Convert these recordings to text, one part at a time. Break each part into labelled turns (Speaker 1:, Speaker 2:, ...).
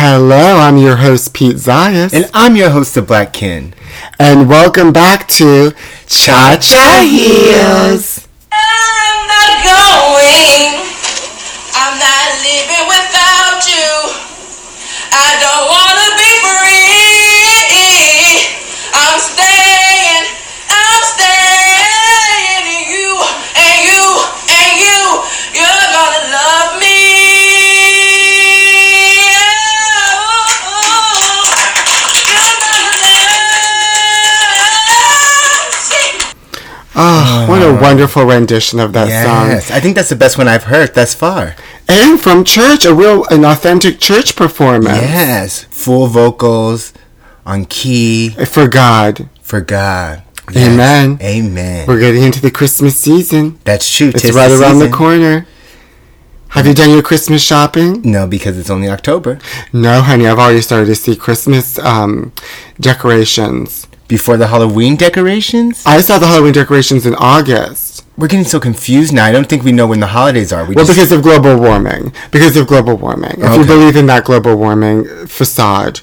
Speaker 1: Hello, I'm your host, Pete Zayas.
Speaker 2: And I'm your host, The Black Ken.
Speaker 1: And welcome back to Cha Cha Heels.
Speaker 3: I'm not going. I'm not living without you. I don't wanna be free. I'm staying. I'm staying. And you and you and you, you're gonna love me. You're gonna love me.
Speaker 1: Oh, what a wonderful rendition of that
Speaker 2: Ah. Yes,
Speaker 1: song.
Speaker 2: I think that's the best one I've heard thus far.
Speaker 1: And from church, a real, an authentic church performance.
Speaker 2: Yes, full vocals, on key,
Speaker 1: For God.
Speaker 2: for God. Yes.
Speaker 1: Amen.
Speaker 2: Amen.
Speaker 1: We're getting into the Christmas season.
Speaker 2: that's true.
Speaker 1: It's
Speaker 2: tis
Speaker 1: right around the
Speaker 2: season.
Speaker 1: corner. Have you done your Christmas shopping?
Speaker 2: No, because it's only October.
Speaker 1: No, honey, I've already started to see Christmas um, decorations.
Speaker 2: Before the Halloween decorations?
Speaker 1: I saw the Halloween decorations in August.
Speaker 2: We're getting so confused now. I don't think we know when the holidays are. We
Speaker 1: Well,
Speaker 2: just-
Speaker 1: because of global warming. Because of global warming. If you
Speaker 2: Okay.
Speaker 1: believe in that global warming facade,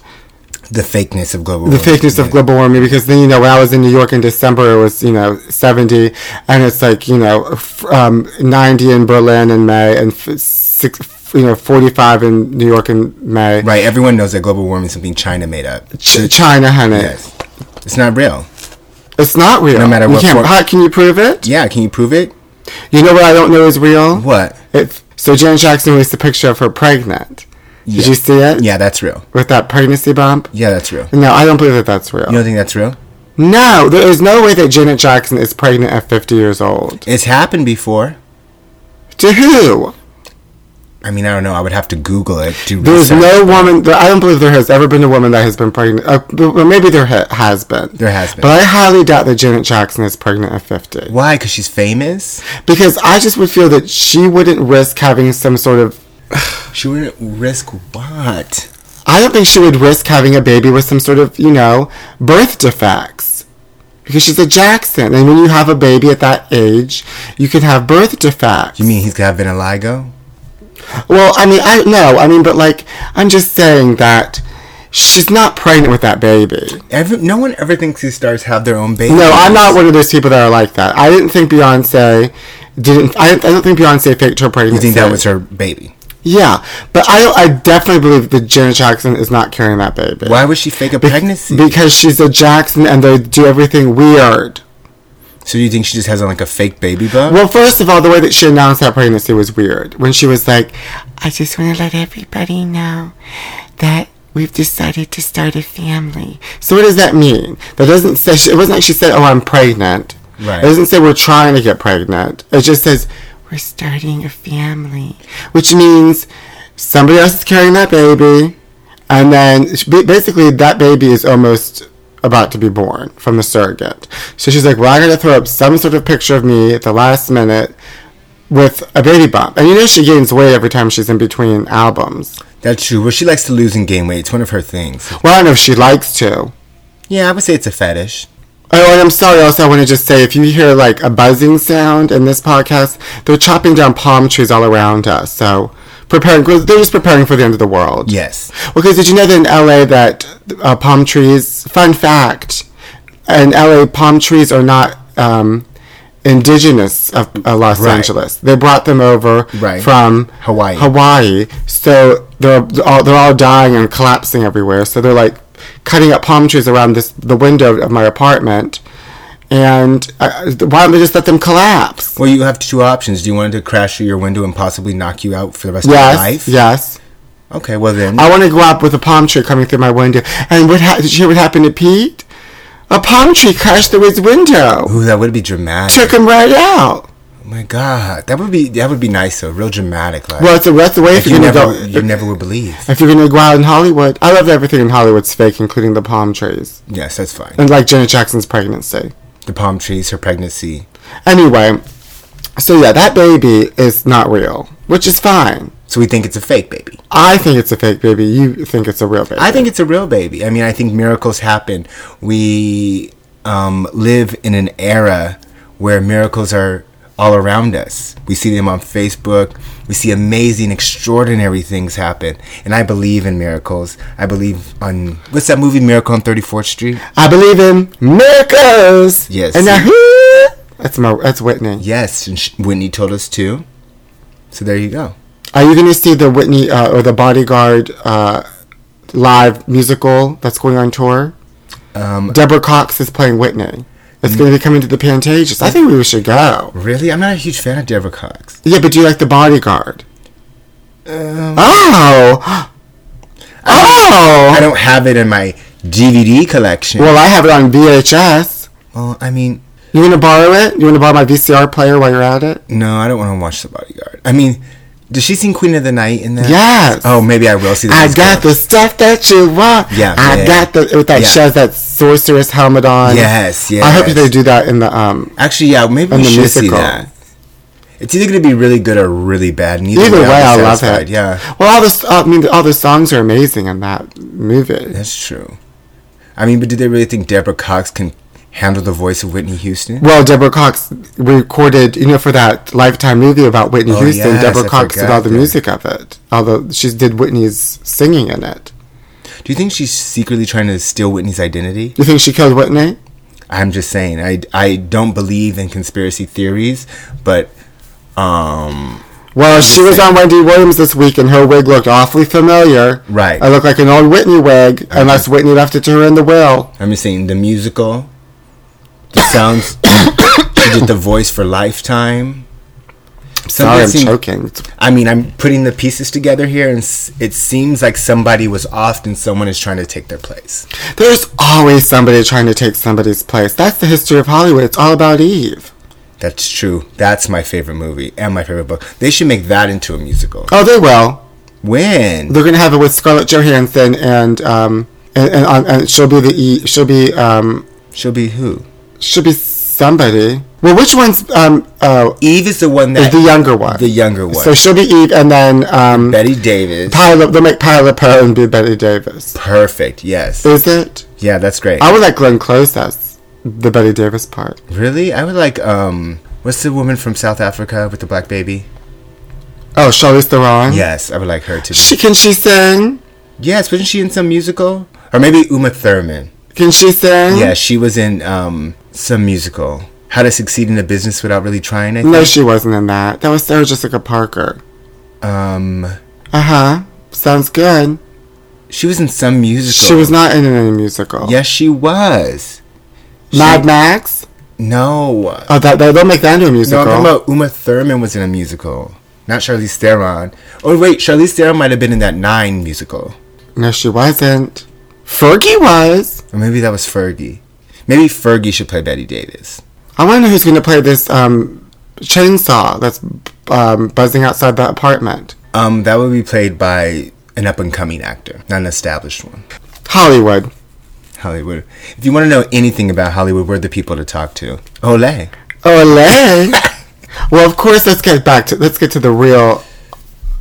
Speaker 2: the fakeness of global
Speaker 1: the
Speaker 2: warming.
Speaker 1: fakeness of
Speaker 2: Yeah.
Speaker 1: global warming, because then, you know, when I was in New York in December, it was, you know, 70, and it's like, you know, f- um, 90 in Berlin in May, and f- six, f- you know, 45 in New York in May.
Speaker 2: Right, everyone knows that global warming is something China made up.
Speaker 1: Ch- China, honey.
Speaker 2: Yes. It's not real.
Speaker 1: It's not real.
Speaker 2: No matter
Speaker 1: You
Speaker 2: what
Speaker 1: can't,
Speaker 2: form-
Speaker 1: how can you prove it?
Speaker 2: Yeah, can you prove it?
Speaker 1: You know what I don't know is real?
Speaker 2: What?
Speaker 1: It, so Janet Jackson released a picture of her pregnant. Did
Speaker 2: Yeah.
Speaker 1: you see it?
Speaker 2: Yeah, that's real.
Speaker 1: With that pregnancy bump?
Speaker 2: Yeah, that's real.
Speaker 1: No, I don't believe that that's real.
Speaker 2: You don't think that's real?
Speaker 1: No, there is no way that Janet Jackson is pregnant at 50 years old.
Speaker 2: It's happened before.
Speaker 1: To who?
Speaker 2: I mean, I don't know. I would have to Google it to
Speaker 1: There's
Speaker 2: research.
Speaker 1: no woman. There, I don't believe there has ever been a woman that has been pregnant. Uh, b- well, maybe there ha- has been.
Speaker 2: There has been.
Speaker 1: But I highly doubt that Janet Jackson is pregnant at 50.
Speaker 2: Why? Because she's famous.
Speaker 1: Because I just would feel that she wouldn't risk having some sort of.
Speaker 2: She wouldn't risk what?
Speaker 1: I don't think she would risk having a baby with some sort of, you know, birth defects. Because she's a Jackson. And when you have a baby at that age, you can have birth defects.
Speaker 2: You mean he's gonna have vitiligo?
Speaker 1: Well, I mean, I no, I mean, but like, I'm just saying that she's not pregnant with that baby.
Speaker 2: Every no one ever thinks these stars have their own baby.
Speaker 1: No, I'm not one of those people that are like that. I didn't think Beyonce didn't. I, I don't think Beyonce faked her
Speaker 2: You
Speaker 1: pregnancy.
Speaker 2: think that was her baby?
Speaker 1: Yeah, but I I definitely believe that Janet Jackson is not carrying that baby.
Speaker 2: Why would she fake a pregnancy?
Speaker 1: Because she's a Jackson and they do everything weird.
Speaker 2: so you think she just has like a fake baby bump?
Speaker 1: Well, first of all, the way that she announced that pregnancy was weird. When she was like, I just want to let everybody know that we've decided to start a family. So, what does that mean? That doesn't say, she, it wasn't like she said, Oh, I'm pregnant.
Speaker 2: Right.
Speaker 1: It doesn't say we're trying to get pregnant. It just says, We're starting a family. Which means somebody else is carrying that baby. And then she- ba- basically, that baby is almost about to be born from the surrogate. So she's like, Well, I gotta throw up some sort of picture of me at the last minute with a baby bump. And you know, she gains weight every time she's in between albums.
Speaker 2: That's true. Well, she likes to lose and gain weight. It's one of her things.
Speaker 1: Well, I don't know if she likes to.
Speaker 2: Yeah, I would say it's a fetish.
Speaker 1: Oh, and I'm sorry, also, I want to just say if you hear like a buzzing sound in this podcast, they're chopping down palm trees all around us. So, preparing, they're just preparing for the end of the world.
Speaker 2: Yes.
Speaker 1: Because did you know that in LA that uh, palm trees? Fun fact: in LA, palm trees are not um, indigenous of uh, Los
Speaker 2: Right.
Speaker 1: Angeles. They brought them over
Speaker 2: Right.
Speaker 1: from
Speaker 2: Hawaii.
Speaker 1: Hawaii, so they're all, they're all dying and collapsing everywhere. So they're like cutting up palm trees around this the window of my apartment. And uh, why don't they just let them collapse?
Speaker 2: Well, you have two options. Do you want it to crash through your window and possibly knock you out for the rest of your
Speaker 1: Yes,
Speaker 2: life?
Speaker 1: yes.
Speaker 2: Okay, well then.
Speaker 1: I want to go up with a palm tree coming through my window. And what ha- did you hear what happened to Pete? A palm tree crashed through his window,
Speaker 2: Ooh, that would be dramatic.
Speaker 1: took him right out.
Speaker 2: Oh my God, that would be that would be nice though, real dramatic. Like,
Speaker 1: Well, it's a that's the way if
Speaker 2: you
Speaker 1: you're gonna
Speaker 2: never
Speaker 1: go.
Speaker 2: you never would believe.
Speaker 1: if you're gonna go out in Hollywood, I love that everything in Hollywood's fake, including the palm trees
Speaker 2: Yes, that's fine.
Speaker 1: and like Janet Jackson's pregnancy.
Speaker 2: The palm trees, her pregnancy.
Speaker 1: Anyway, so yeah, that baby is not real, which is fine.
Speaker 2: So we think it's a fake baby.
Speaker 1: I think it's a fake baby. You think it's a real baby?
Speaker 2: I think it's a real baby. I mean, I think miracles happen. We um, live in an era where miracles are all around us. We see them on Facebook. We see amazing, extraordinary things happen. And I believe in miracles. I believe on what's that movie, Miracle on 34th Street?
Speaker 1: I believe in miracles.
Speaker 2: Yes.
Speaker 1: And now, that's my that's Whitney.
Speaker 2: Yes, and sh- Whitney told us too. So there you go.
Speaker 1: Are you going to see the Whitney uh, or the Bodyguard uh, live musical that's going on tour?
Speaker 2: Um,
Speaker 1: Deborah Cox is playing Whitney. It's going to be coming to the Pantages. I think we should go.
Speaker 2: Really, I'm not a huge fan of Deborah Cox.
Speaker 1: Yeah, but do you like the Bodyguard?
Speaker 2: Um,
Speaker 1: Oh,
Speaker 2: I
Speaker 1: oh.
Speaker 2: don't have it in my DVD collection.
Speaker 1: Well, I have it on VHS.
Speaker 2: well, I mean,
Speaker 1: You want to borrow it? You want to borrow my VCR player while you're at it?
Speaker 2: No, I don't want to watch The Bodyguard. I mean, does she sing Queen of the Night in that?
Speaker 1: Yes.
Speaker 2: Oh, maybe I will see that.
Speaker 1: I
Speaker 2: as
Speaker 1: got
Speaker 2: well.
Speaker 1: the stuff that you want.
Speaker 2: Yeah,
Speaker 1: I
Speaker 2: yeah.
Speaker 1: got the with that
Speaker 2: Yeah.
Speaker 1: she has that sorceress helmet on.
Speaker 2: Yes, yes.
Speaker 1: I hope they do that in the um.
Speaker 2: Actually, yeah, maybe
Speaker 1: in
Speaker 2: we
Speaker 1: the
Speaker 2: should see
Speaker 1: musical.
Speaker 2: that. It's either going to be really good or really bad. Neither,
Speaker 1: Either
Speaker 2: I'll
Speaker 1: way,
Speaker 2: be
Speaker 1: I love
Speaker 2: satisfied.
Speaker 1: it.
Speaker 2: Yeah,
Speaker 1: Well, all this I mean, all the songs are amazing in that movie.
Speaker 2: that's true. I mean, but do they really think Deborah Cox can handle the voice of Whitney Houston?
Speaker 1: Well, Deborah Cox recorded, you know, for that Lifetime movie about Whitney
Speaker 2: Oh,
Speaker 1: Houston.
Speaker 2: yes,
Speaker 1: Deborah
Speaker 2: I
Speaker 1: Cox did
Speaker 2: forgot
Speaker 1: all the
Speaker 2: that.
Speaker 1: music of it, although she did Whitney's singing in it.
Speaker 2: Do you think she's secretly trying to steal Whitney's identity?
Speaker 1: You think she killed Whitney?
Speaker 2: I'm just saying. I, I don't believe in conspiracy theories, but um,
Speaker 1: Well, she was on Wendy Williams this week, and her wig looked awfully familiar.
Speaker 2: Right. Uh-huh.
Speaker 1: It looked like an old Whitney wig, unless Whitney left it to her in the will.
Speaker 2: I'm just saying the musical, the sounds. she did the voice for Lifetime.
Speaker 1: Sorry,
Speaker 2: Something
Speaker 1: I'm
Speaker 2: seemed-
Speaker 1: choking. It's-
Speaker 2: I mean, I'm putting the pieces together here, and s- it seems like somebody was off, and someone is trying to take their place.
Speaker 1: There's always somebody trying to take somebody's place. That's the history of Hollywood. It's all about Eve.
Speaker 2: That's true. That's my favorite movie and my favorite book. They should make that into a musical.
Speaker 1: Oh, they will.
Speaker 2: When?
Speaker 1: They're gonna have it with Scarlett Johansson, and um, and and, on, and she'll be the e- she'll be um,
Speaker 2: She'll be who?
Speaker 1: she'll be somebody. Well, which one's um, oh,
Speaker 2: Eve is the one
Speaker 1: is
Speaker 2: that
Speaker 1: the younger one?
Speaker 2: the younger one.
Speaker 1: So she'll be Eve, and then um,
Speaker 2: Betty Davis.
Speaker 1: Pilot. They'll make Pilot Pearl and be Betty Davis.
Speaker 2: Perfect. Yes.
Speaker 1: Is it?
Speaker 2: Yeah, that's great.
Speaker 1: I would like Glenn Close as the Betty Davis part.
Speaker 2: Really? I would like um what's the woman from South Africa with the black baby?
Speaker 1: Oh, Charlize Theron.
Speaker 2: Yes, I would like her to be.
Speaker 1: She can she sing?
Speaker 2: Yes, wasn't she in some musical? Or maybe Uma Thurman.
Speaker 1: Can she sing?
Speaker 2: Yeah, she was in um some musical. How to succeed in a business without really trying, I think.
Speaker 1: No, she wasn't in that. That was Sarah Jessica Parker.
Speaker 2: Um
Speaker 1: Uh huh. Sounds good.
Speaker 2: she was in some musical.
Speaker 1: She was not in any musical.
Speaker 2: Yes, she was.
Speaker 1: Mad
Speaker 2: She-
Speaker 1: Max.
Speaker 2: No.
Speaker 1: Oh, that that- they'll make that into a
Speaker 2: No,
Speaker 1: musical.
Speaker 2: I'm talking about Uma Thurman was in a musical. Not Charlize Theron. Oh wait, Charlize Theron might have been in that Nine musical.
Speaker 1: no, she wasn't. Fergie was.
Speaker 2: Or maybe that was Fergie. Maybe Fergie should play Betty Davis.
Speaker 1: I want to know who's going to play this um, chainsaw that's um, buzzing outside the apartment.
Speaker 2: Um, that would be played by an up and coming actor, not an established one.
Speaker 1: Hollywood.
Speaker 2: Hollywood. If you want to know anything about Hollywood, we're the people to talk to. Ole.
Speaker 1: Olay. well, of course. Let's get back to let's get to the real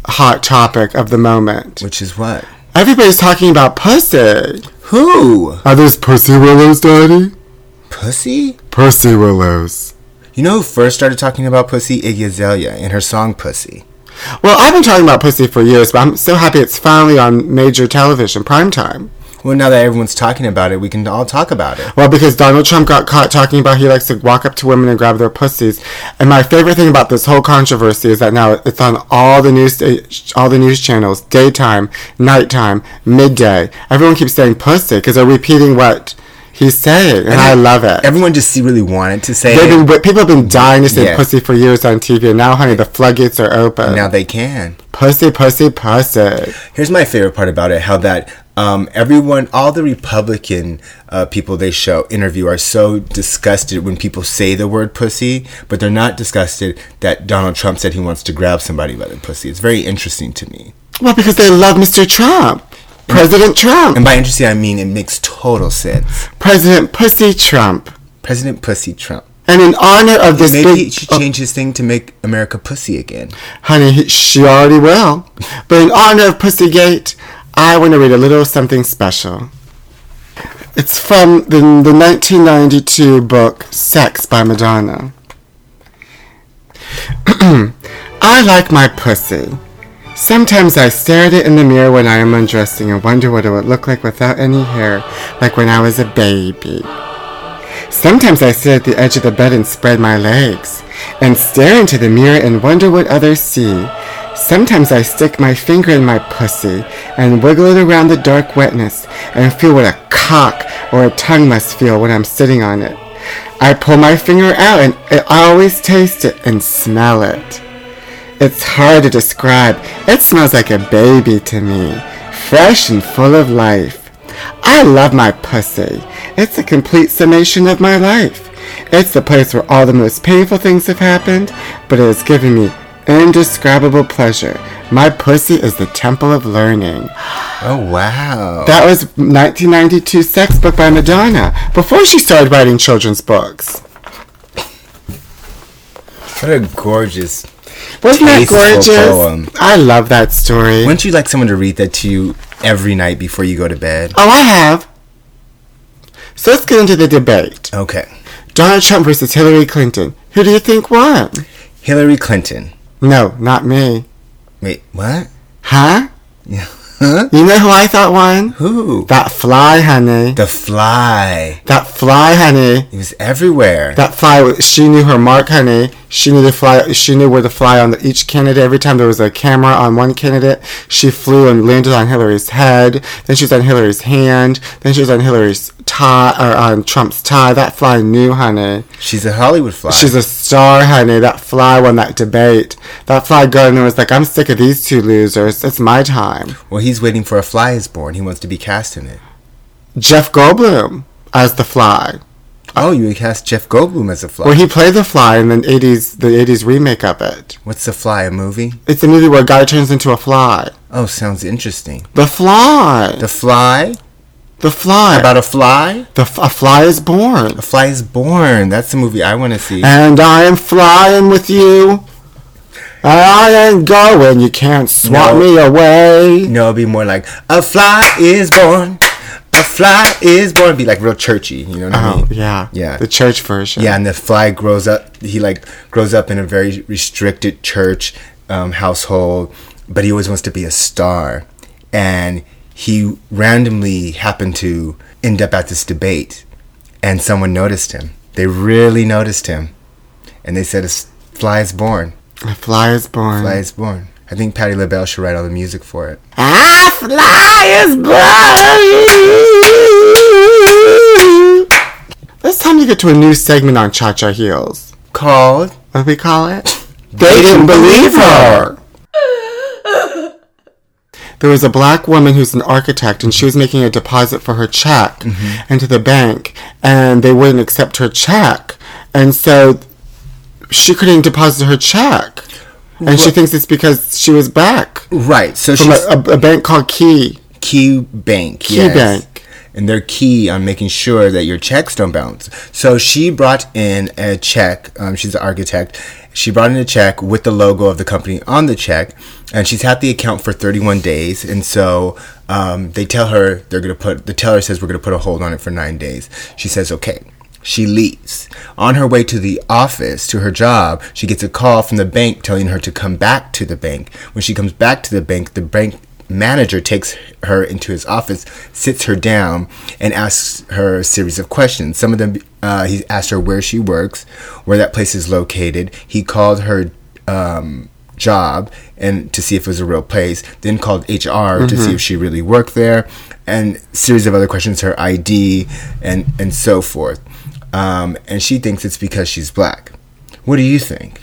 Speaker 1: hot topic of the moment.
Speaker 2: Which is what?
Speaker 1: Everybody's talking about pussy.
Speaker 2: Who?
Speaker 1: Are those pussy willows, Daddy?
Speaker 2: Pussy?
Speaker 1: Pussy willows.
Speaker 2: You know who first started talking about pussy? Iggy Azalea and her song Pussy.
Speaker 1: Well, I've been talking about pussy for years, but I'm so happy it's finally on major television primetime.
Speaker 2: Well, now that everyone's talking about it, we can all talk about it.
Speaker 1: Well, because Donald Trump got caught talking about he likes to walk up to women and grab their pussies. And my favorite thing about this whole controversy is that now it's on all the news all the news channels, daytime, nighttime, midday. Everyone keeps saying pussy because they're repeating what he's saying, and I love it.
Speaker 2: Everyone just really wanted to say
Speaker 1: They've been,
Speaker 2: it.
Speaker 1: but people have been dying to say
Speaker 2: Yeah.
Speaker 1: pussy for years on TV, and now, honey, the floodgates are open.
Speaker 2: Now they can.
Speaker 1: pussy, pussy, pussy.
Speaker 2: Here's my favorite part about it: how that um, everyone, all the Republican uh, people they show interview are so disgusted when people say the word pussy, but they're not disgusted that Donald Trump said he wants to grab somebody by the pussy. It's very interesting to me,
Speaker 1: Well, because they love Mr. Trump. President Trump.
Speaker 2: and by interesting I mean it makes total sense.
Speaker 1: President Pussy Trump.
Speaker 2: President Pussy Trump.
Speaker 1: And in honor of this
Speaker 2: Maybe he
Speaker 1: big,
Speaker 2: should change his thing to make America pussy again.
Speaker 1: honey, he, she already will. But in honor of Pussygate, I want to read a little something special. It's from the, the 1992 book Sex by Madonna. I like my pussy. Sometimes I stare at it in the mirror when I am undressing and wonder what it would look like without any hair, like when I was a baby. Sometimes I sit at the edge of the bed and spread my legs, and stare into the mirror and wonder what others see. Sometimes I stick my finger in my pussy and wiggle it around the dark wetness and feel what a cock or a tongue must feel when I'm sitting on it. I pull my finger out and I always taste it and smell it. It's hard to describe. It smells like a baby to me, fresh and full of life. I love my pussy. It's a complete summation of my life. It's the place where all the most painful things have happened, but it has given me indescribable pleasure. My pussy is the temple of learning.
Speaker 2: Oh wow.
Speaker 1: That was 1992 sex book by Madonna, before she started writing children's books.
Speaker 2: what a gorgeous.
Speaker 1: Wasn't that
Speaker 2: Tasteful poem.
Speaker 1: gorgeous? I love that story.
Speaker 2: Wouldn't you like someone to read that to you every night before you go to bed?
Speaker 1: Oh, I have. So let's get into the debate.
Speaker 2: Okay.
Speaker 1: Donald Trump versus Hillary Clinton. Who do you think won?
Speaker 2: Hillary Clinton.
Speaker 1: No, not me.
Speaker 2: Wait, what?
Speaker 1: Huh?
Speaker 2: Yeah. Huh?
Speaker 1: You know who I thought won?
Speaker 2: Who?
Speaker 1: That fly, honey.
Speaker 2: The fly.
Speaker 1: That fly, honey.
Speaker 2: It was everywhere.
Speaker 1: That fly. She knew her mark, honey. She knew the fly. She knew where to fly on the, each candidate. Every time there was a camera on one candidate, she flew and landed on Hillary's head. Then she was on Hillary's hand. Then she was on Hillary's tie or on Trump's tie. That fly knew, honey.
Speaker 2: She's a Hollywood fly.
Speaker 1: She's a star, honey. That fly won that debate. That fly gardener was like, I'm sick of these two losers. It's my time.
Speaker 2: well, he's waiting for a fly is born. He wants to be cast in it.
Speaker 1: Jeff Goldblum as the fly.
Speaker 2: Oh, you would cast Jeff Goldblum as a fly.
Speaker 1: Well, he played the fly in the 80s, the 80s remake of it.
Speaker 2: What's the fly? A movie?
Speaker 1: It's a movie where a guy turns into a fly.
Speaker 2: Oh, sounds interesting.
Speaker 1: The fly.
Speaker 2: The fly
Speaker 1: The fly.
Speaker 2: about a fly.
Speaker 1: the f- a fly is born.
Speaker 2: A fly is born. That's the movie I want to see.
Speaker 1: And I am flying with you. I ain't going. You can't swat
Speaker 2: No.
Speaker 1: me away.
Speaker 2: No, it'd be more like a fly is born. A fly is born. It'd be like real churchy. You know what I
Speaker 1: Oh,
Speaker 2: mean?
Speaker 1: yeah.
Speaker 2: Yeah.
Speaker 1: The church version.
Speaker 2: Yeah, and the fly grows up. He like grows up in a very restricted church um, household, but he always wants to be a star. And he randomly happened to end up at this debate, and someone noticed him. They really noticed him, and they said, "A s- fly is born.
Speaker 1: A fly is born.
Speaker 2: Fly is born." I think Patti LaBelle should write all the music for it.
Speaker 1: I fly as blue. It's time to get to a new segment on Cha Cha Heels.
Speaker 2: Called
Speaker 1: What we call it? They didn't believe her. There was a black woman who's an architect, and she was making a deposit for her check into the bank, and they wouldn't accept her check, and so she couldn't deposit her check, and she thinks it's because she was black
Speaker 2: right. So
Speaker 1: from
Speaker 2: she's
Speaker 1: a, a, a bank called Key.
Speaker 2: Key Bank. Key
Speaker 1: Bank.
Speaker 2: And they're key on making sure that your checks don't bounce. So she brought in a check. Um, she's an architect. She brought in a check with the logo of the company on the check, and she's had the account for 31 days. And so um, they tell her they're gonna put. The teller says we're gonna put a hold on it for nine days. She says okay. She leaves. On her way to the office, to her job, she gets a call from the bank telling her to come back to the bank. When she comes back to the bank, the bank manager takes her into his office, sits her down, and asks her a series of questions. Some of them, uh, he asked her where she works, where that place is located. He called her um, job and to see if it was a real place. Then called HR to see if she really worked there, and series of other questions, her ID, and and so forth. Um, and she thinks it's because she's black. What do you think?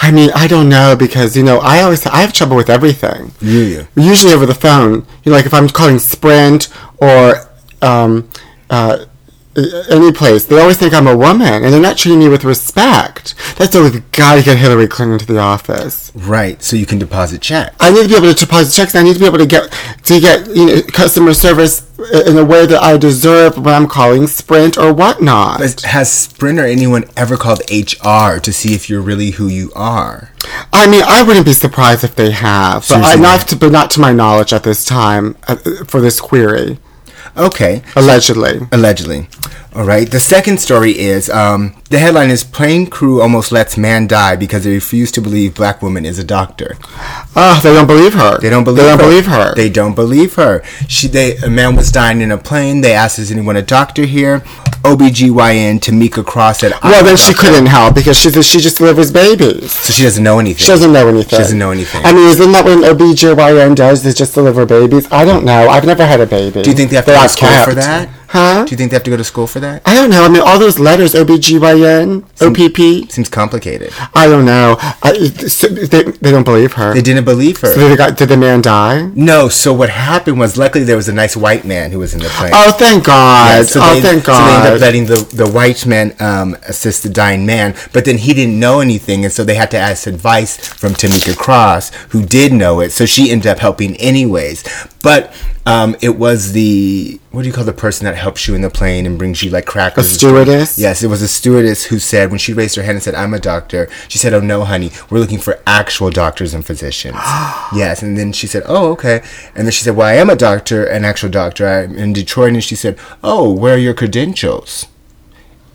Speaker 1: I mean, I don't know because you know I always I have trouble with everything.
Speaker 2: Yeah.
Speaker 1: Usually over the phone, you know, like if I'm calling Sprint or um, uh, any place, they always think I'm a woman and they're not treating me with respect. That's why we've got to get Hillary Clinton to the office.
Speaker 2: Right. So you can deposit checks.
Speaker 1: I need to be able to deposit checks. I need to be able to get to get you know customer service uh, in a way that I deserve when I'm calling Sprint or whatnot.
Speaker 2: Has, has Sprint or anyone ever called HR to see if you're really who you are?
Speaker 1: I mean, I wouldn't be surprised if they have, but I,
Speaker 2: Seriously.
Speaker 1: not to, but not to my knowledge at this time uh, uh, for this query.
Speaker 2: Okay.
Speaker 1: allegedly.
Speaker 2: Allegedly. All right. The second story is um, the headline is Plane Crew Almost Lets Man Die Because They Refuse to Believe Black Woman is a Doctor.
Speaker 1: Oh, they don't believe her.
Speaker 2: They don't believe
Speaker 1: They don't
Speaker 2: her.
Speaker 1: believe her.
Speaker 2: They don't believe her. She they a man was dying in a plane. They asked is anyone a doctor here? OBGYN Tamika Cross said "I'm
Speaker 1: well,
Speaker 2: a
Speaker 1: then she
Speaker 2: doctor."
Speaker 1: couldn't help because she she just delivers babies.
Speaker 2: So she doesn't know anything.
Speaker 1: She doesn't know anything.
Speaker 2: She doesn't know anything.
Speaker 1: I mean, isn't that what an OBGYN does? Is just deliver babies? I don't know. I've never had a baby.
Speaker 2: Do you think they have to go to school for that?
Speaker 1: Huh?
Speaker 2: Do you think they have to go to school for that?
Speaker 1: I don't know. I mean, all those letters, OBGYN, OPP.
Speaker 2: Seems complicated.
Speaker 1: I don't know. I, it- so they, they don't believe her.
Speaker 2: They didn't believe her.
Speaker 1: So they got, did the man die?
Speaker 2: no, so what happened was luckily there was a nice white man who was in the plane.
Speaker 1: Oh, thank God.
Speaker 2: Yeah, so
Speaker 1: oh,
Speaker 2: they,
Speaker 1: thank
Speaker 2: So they ended
Speaker 1: God.
Speaker 2: up letting the, the white man um, assist the dying man, but then he didn't know anything, and so they had to ask advice from Tamika Cross, who did know it. So she ended up helping anyways. But um, it was the what do you call the person that helps you in the plane and brings you like crackers? and stuff?
Speaker 1: stewardess?
Speaker 2: Yes, it was a stewardess who said when she raised her hand and said, "I'm a doctor." She said, "Oh no, honey, we're looking for actual doctors and physicians." yes, and then she said, "Oh, okay." And then she said, "Well, I am a doctor, an actual doctor. I'm in Detroit." And she said, "Oh, where are your credentials?"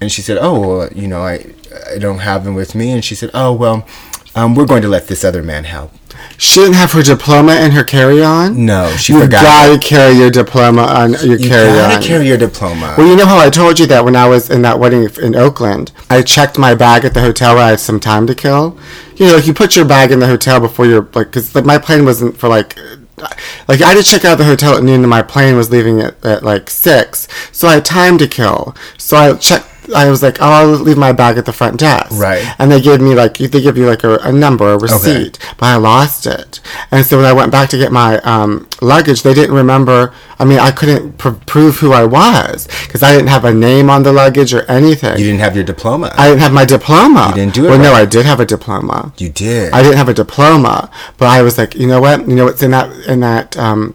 Speaker 2: And she said, "Oh, well, you know, I I don't have them with me." And she said, "Oh, well, um, we're going to let this other man help."
Speaker 1: she didn't have her diploma in her carry-on?
Speaker 2: No, she
Speaker 1: you
Speaker 2: forgot.
Speaker 1: gotta carry your diploma on your
Speaker 2: you
Speaker 1: carry-on.
Speaker 2: gotta carry your diploma.
Speaker 1: Well, you know how I told you that when I was in that wedding in Oakland, I checked my bag at the hotel where I had some time to kill. You know, like you put your bag in the hotel before your like, because like my plane wasn't for like, like I had to check out the hotel at noon, and my plane was leaving at, at like six, so I had time to kill. So I checked. I was like, oh, I'll leave my bag at the front desk.
Speaker 2: Right.
Speaker 1: And they gave me like, they give you like a, a number, a receipt, but I lost it. And so when I went back to get my um, luggage, they didn't remember. I mean, I couldn't pr- prove who I was because I didn't have a name on the luggage or anything.
Speaker 2: you didn't have your diploma.
Speaker 1: I didn't have my diploma. You
Speaker 2: didn't do it
Speaker 1: Well, no,
Speaker 2: right.
Speaker 1: I did have a diploma.
Speaker 2: you did.
Speaker 1: I didn't have a diploma, but I was like, you know what? You know what's in that in that um,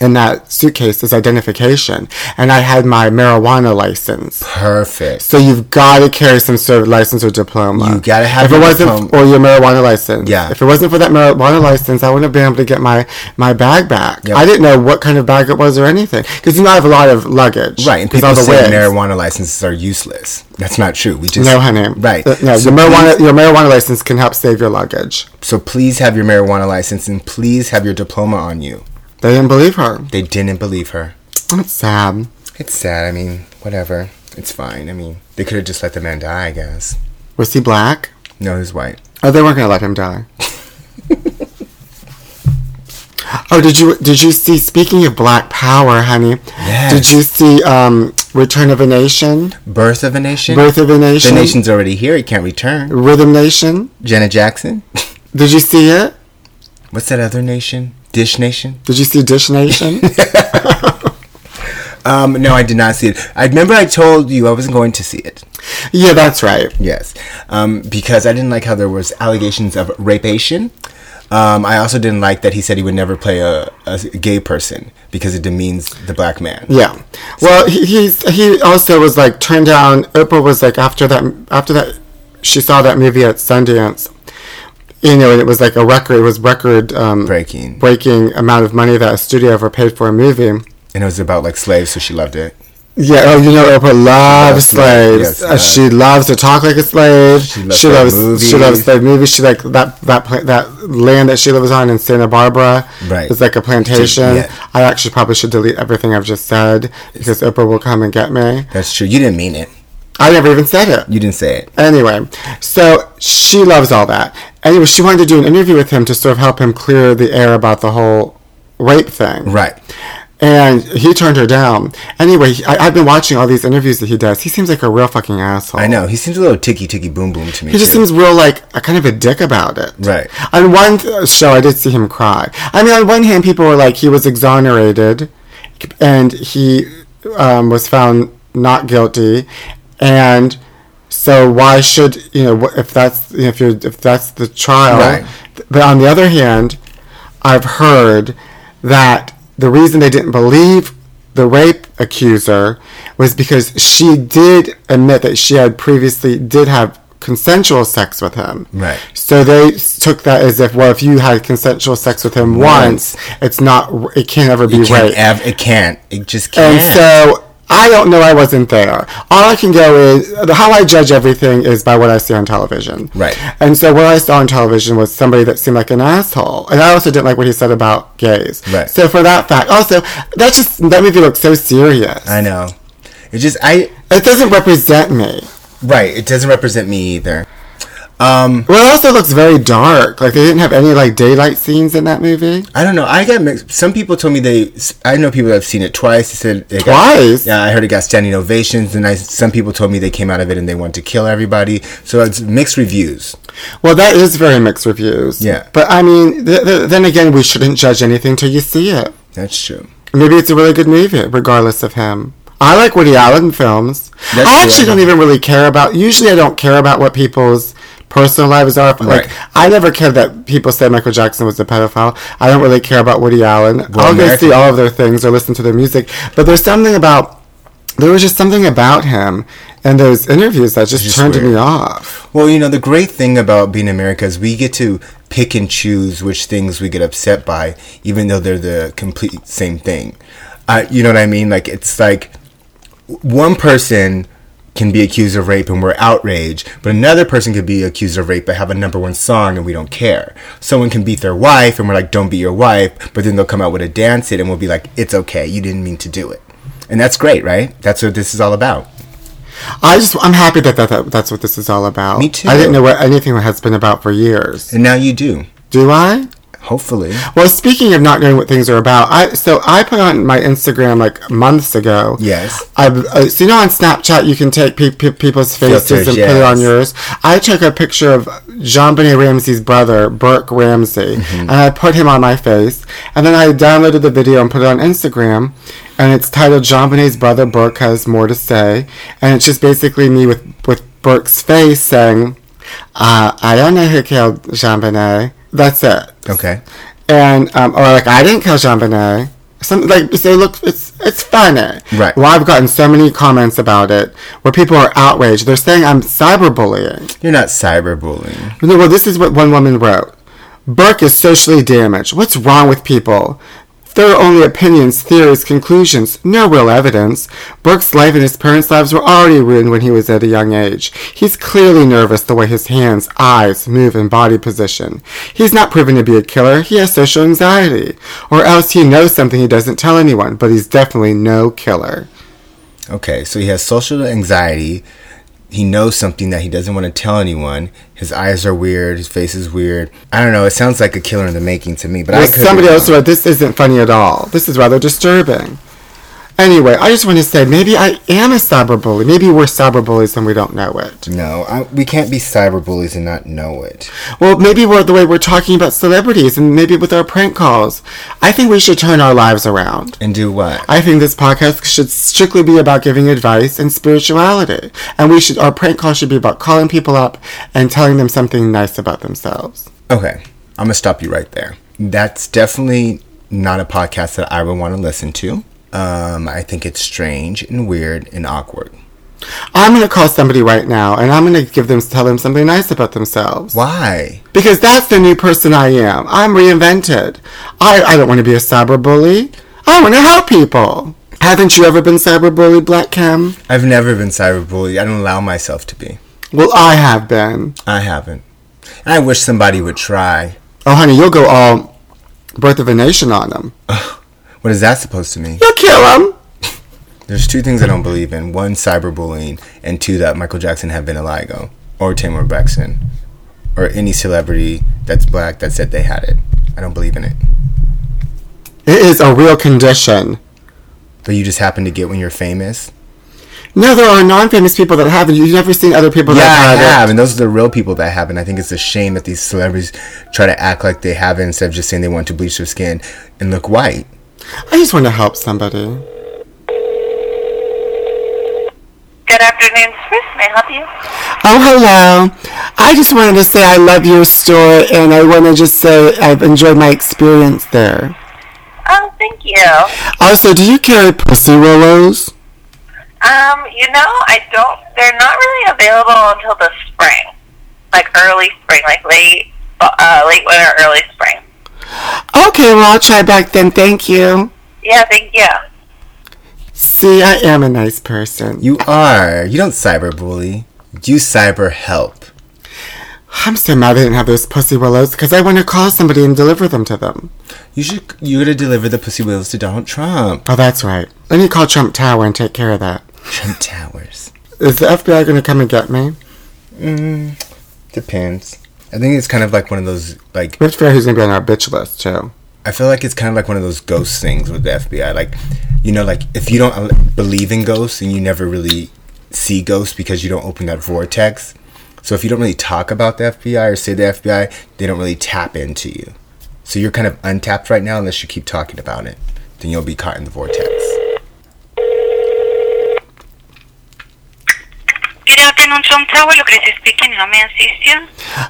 Speaker 1: in that suitcase is identification, and I had my marijuana license.
Speaker 2: Perfect.
Speaker 1: So you've got to carry some sort of license or diploma.
Speaker 2: You gotta have
Speaker 1: if it
Speaker 2: your
Speaker 1: wasn't
Speaker 2: diploma.
Speaker 1: or your marijuana license.
Speaker 2: Yeah.
Speaker 1: If it wasn't for that marijuana license, I wouldn't have been able to get my my bag back.
Speaker 2: Yep.
Speaker 1: I didn't know what kind of bag it was or anything because you know I have a lot of luggage.
Speaker 2: Right, and
Speaker 1: Because
Speaker 2: people
Speaker 1: all the
Speaker 2: say
Speaker 1: wigs.
Speaker 2: marijuana licenses are useless. That's not true. We just
Speaker 1: No, honey.
Speaker 2: Right.
Speaker 1: Uh, no,
Speaker 2: so,
Speaker 1: your marijuana
Speaker 2: Please,
Speaker 1: your marijuana license can help save your luggage.
Speaker 2: so please have your marijuana license and please have your diploma on you.
Speaker 1: They didn't believe her.
Speaker 2: They didn't believe her.
Speaker 1: That's sad.
Speaker 2: It's sad. I mean, whatever. It's fine. I mean, they could have just let the man die. I guess.
Speaker 1: Was he black?
Speaker 2: No, he's white.
Speaker 1: Oh, they weren't gonna let him die. oh, did you did you see? Speaking of Black Power, honey,
Speaker 2: Yes.
Speaker 1: did you see um, Return of a Nation,
Speaker 2: Birth of a nation.
Speaker 1: Birth of a
Speaker 2: the
Speaker 1: Nation,
Speaker 2: nation's already here. It can't return.
Speaker 1: Rhythm Nation?
Speaker 2: Janet Jackson.
Speaker 1: Did you see it?
Speaker 2: What's that other nation? Dish nation.
Speaker 1: Did you see Dish Nation?
Speaker 2: Um, no, I did not see it. I remember I told you I wasn't going to see it.
Speaker 1: yeah, that's right.
Speaker 2: Yes, um, because I didn't like how there was allegations of rapation. Um, I also didn't like that he said he would never play a, a gay person because it demeans the black man.
Speaker 1: Yeah. Well, he, he's he also was like turned down. Oprah was like after that after that she saw that movie at Sundance. You know, and it was like a record. It was record um,
Speaker 2: Breaking.
Speaker 1: breaking amount of money that a studio ever paid for a movie.
Speaker 2: And it was about like slaves, so she loved it.
Speaker 1: Yeah, oh, you know, Oprah loves
Speaker 2: Loves slaves,
Speaker 1: slaves.
Speaker 2: yes,
Speaker 1: Uh,
Speaker 2: yes.
Speaker 1: she loves to talk like a slave. She
Speaker 2: loves
Speaker 1: loves
Speaker 2: slave
Speaker 1: she loves
Speaker 2: movies.
Speaker 1: slave movies. She like that that pla- that land that she lives on in Santa Barbara.
Speaker 2: Right.
Speaker 1: it's like a plantation.
Speaker 2: Yeah.
Speaker 1: I actually probably should delete everything I've just said because Oprah will come and get me.
Speaker 2: That's true. You didn't mean it.
Speaker 1: I never even said it.
Speaker 2: You didn't say it.
Speaker 1: Anyway, so she loves all that. Anyway, she wanted to do an interview with him to sort of help him clear the air about the whole rape thing.
Speaker 2: Right.
Speaker 1: And he turned her down. Anyway, he- I, I've been watching all these interviews that he does. He seems like a real fucking asshole.
Speaker 2: I know. He seems a little ticky ticky boom boom to me.
Speaker 1: He just
Speaker 2: too.
Speaker 1: seems real like a kind of a dick about it.
Speaker 2: Right.
Speaker 1: On one th- show, I did see him cry. I mean, on one hand, people were like he was exonerated, and he um, was found not guilty, and so why should you know wh- if that's you know, if you're if that's the trial?
Speaker 2: Right.
Speaker 1: Th- But on the other hand, I've heard that the reason they didn't believe the rape accuser was because she did admit that she had previously did have consensual sex with him.
Speaker 2: Right.
Speaker 1: So they s- took that as if, well, if you had consensual sex with him once, it's not, it can't ever be
Speaker 2: It can't,
Speaker 1: rape.
Speaker 2: ev- it can't. It just
Speaker 1: And
Speaker 2: can't.
Speaker 1: so I don't know. I wasn't there. All I can go is how I judge everything is by what I see on television.
Speaker 2: Right.
Speaker 1: And so what I saw on television was somebody that seemed like an asshole, and I also didn't like what he said about gays.
Speaker 2: Right.
Speaker 1: So for that fact, also that just that made me look so serious.
Speaker 2: I know. It just I
Speaker 1: It doesn't represent me.
Speaker 2: right. It doesn't represent me either. Um,
Speaker 1: Well, it also looks very dark. Like they didn't have any like daylight scenes in that movie.
Speaker 2: I don't know. I got mixed. Some people told me they. I know people that have seen it twice. They said they
Speaker 1: Twice?
Speaker 2: Got, yeah, I heard it got standing ovations, and I. Some people told me they came out of it and they wanted to kill everybody. So it's mixed reviews.
Speaker 1: Well, that is very mixed reviews.
Speaker 2: Yeah.
Speaker 1: But I mean, th- th- then again, we shouldn't judge anything till you see it.
Speaker 2: That's true.
Speaker 1: Maybe it's a really good movie, regardless of him. I like Woody Allen films.
Speaker 2: That's
Speaker 1: I
Speaker 2: true,
Speaker 1: actually
Speaker 2: I
Speaker 1: don't
Speaker 2: know.
Speaker 1: even really care about. Usually, I don't care about what people's personal lives are. Like,
Speaker 2: Right.
Speaker 1: I never cared that people said Michael Jackson was a pedophile. I don't really care about Woody Allen. I'll go
Speaker 2: American-
Speaker 1: see all of their things or listen to their music. But there's something about. There was just something about him and those interviews that just,
Speaker 2: just
Speaker 1: turned
Speaker 2: weird.
Speaker 1: me off.
Speaker 2: Well, you know, the great thing about being America is we get to pick and choose which things we get upset by, even though they're the complete same thing. Uh, you know what I mean? Like, it's like one person can be accused of rape and we're outraged, but another person could be accused of rape but have a number one song and we don't care. Someone can beat their wife and we're like, don't beat your wife, but then they'll come out with a dance hit and we'll be like, it's okay, you didn't mean to do it. And that's great, right? That's what this is all about.
Speaker 1: I just I'm happy that, that, that that's what this is all about.
Speaker 2: Me too.
Speaker 1: I didn't know what anything has been about for years.
Speaker 2: And now you do,
Speaker 1: Do I?
Speaker 2: hopefully.
Speaker 1: Well, speaking of not knowing what things are about, I so I put on my Instagram like months ago.
Speaker 2: Yes.
Speaker 1: I've, uh, so you know on Snapchat you can take pe- pe- people's faces
Speaker 2: Filters,
Speaker 1: and put it on
Speaker 2: yes.
Speaker 1: yours. I took a picture of Jean Bonnet Ramsey's brother, Burke Ramsey,
Speaker 2: Mm-hmm.
Speaker 1: and I put him on my face. And then I downloaded the video and put it on Instagram. And it's titled Jean Bonnet's brother Burke has more to say. And it's just basically me with, with Burke's face saying, uh, I don't know who killed Jean Bonnet. That's it
Speaker 2: Okay.
Speaker 1: and um, or like I didn't kill Jean Bonnet. Some like so look, it's it's funny.
Speaker 2: Right.
Speaker 1: Well, I've gotten so many comments about it where people are outraged. They're saying I'm cyberbullying.
Speaker 2: You're not cyberbullying.
Speaker 1: No, well, this is what one woman wrote. Burke is socially damaged. What's wrong with people? There are only opinions, theories, conclusions, no real evidence. Burke's life and his parents' lives were already ruined when he was at a young age. He's clearly nervous the way his hands, eyes move, and body position. He's not proven to be a killer. He has social anxiety. Or else he knows something he doesn't tell anyone, but he's definitely no killer.
Speaker 2: Okay, so he has social anxiety. He knows something that he doesn't want to tell anyone. His eyes are weird. His face is weird. I don't know. It sounds like a killer in the making to me. But I
Speaker 1: Well,
Speaker 2: could be
Speaker 1: somebody else
Speaker 2: wrong.
Speaker 1: wrote, "This isn't funny at all. This is rather disturbing." Anyway, I just want to say maybe I am a cyberbully. Maybe we're cyberbullies and we don't know it.
Speaker 2: No, I, we can't be cyberbullies and not know it.
Speaker 1: Well, maybe we're the way we're talking about celebrities and maybe with our prank calls. I think we should turn our lives around.
Speaker 2: And do what?
Speaker 1: I think this podcast should strictly be about giving advice and spirituality. And we should our prank call should be about calling people up and telling them something nice about themselves.
Speaker 2: Okay, I'm gonna stop you right there. That's definitely not a podcast that I would want to listen to. Um, I think it's strange and weird and awkward.
Speaker 1: I'm going to call somebody right now and I'm going to give them tell them something nice about themselves.
Speaker 2: Why?
Speaker 1: Because that's the new person I am. I'm reinvented. I, I don't want to be a cyberbully. I want to help people. Haven't you ever been cyberbullied, Black Cam?
Speaker 2: I've never been cyberbullied. I don't allow myself to be.
Speaker 1: Well, I have been.
Speaker 2: I haven't. And I wish somebody would try.
Speaker 1: Oh, honey, you'll go all Birth of a Nation on them.
Speaker 2: What is that supposed to mean?
Speaker 1: You'll kill them.
Speaker 2: There's two things I don't believe in. One, cyberbullying, and two, that Michael Jackson had been a ligo, or Tamar Braxton, or any celebrity that's black that said they had it. I don't believe in it.
Speaker 1: It is a real condition.
Speaker 2: But you just happen to get when you're famous.
Speaker 1: No, there are non-famous people that haven't. You've never seen other people
Speaker 2: yeah, I
Speaker 1: that have.
Speaker 2: have, and those are the real people that have. And I think it's a shame that these celebrities try to act like they have it instead of just saying they want to bleach their skin and look white.
Speaker 1: I just want to help somebody.
Speaker 4: Good afternoon, Swiss. May I help you?
Speaker 1: Oh, hello. I just wanted to say I love your store, and I want to just say I've enjoyed my experience there.
Speaker 4: Oh, thank you.
Speaker 1: Also, do you carry pussy willows?
Speaker 4: Um, you know, I don't. They're not really available until the spring, like early spring, like late, uh, late winter, early spring.
Speaker 1: Okay, well, I'll try back then. Thank you.
Speaker 4: Yeah, thank you.
Speaker 1: See, I am a nice person.
Speaker 2: You are. You don't cyberbully. You cyber help.
Speaker 1: I'm so mad they didn't have those pussy willows because I want to call somebody and deliver them to them.
Speaker 2: You should. You gotta deliver the pussy wheels to Donald Trump.
Speaker 1: Oh, that's right. Let me call Trump Tower and take care of that.
Speaker 2: Trump Towers.
Speaker 1: Is the FBI going to come and get me?
Speaker 2: Mm, depends. I think it's kind of like one of those like.
Speaker 1: Let's figure out who's going to be on our bitch list, too.
Speaker 2: I feel like it's kind of like one of those ghost things with the FBI. Like, you know, like if you don't uh, believe in ghosts and you never really see ghosts because you don't open that vortex. So if you don't really talk about the FBI or say the FBI, they don't really tap into you. So you're kind of untapped right now unless you keep talking about it. Then you'll be caught in the vortex.
Speaker 4: Good afternoon, Trump Tower. Lucrecia speaking. How may I assist you?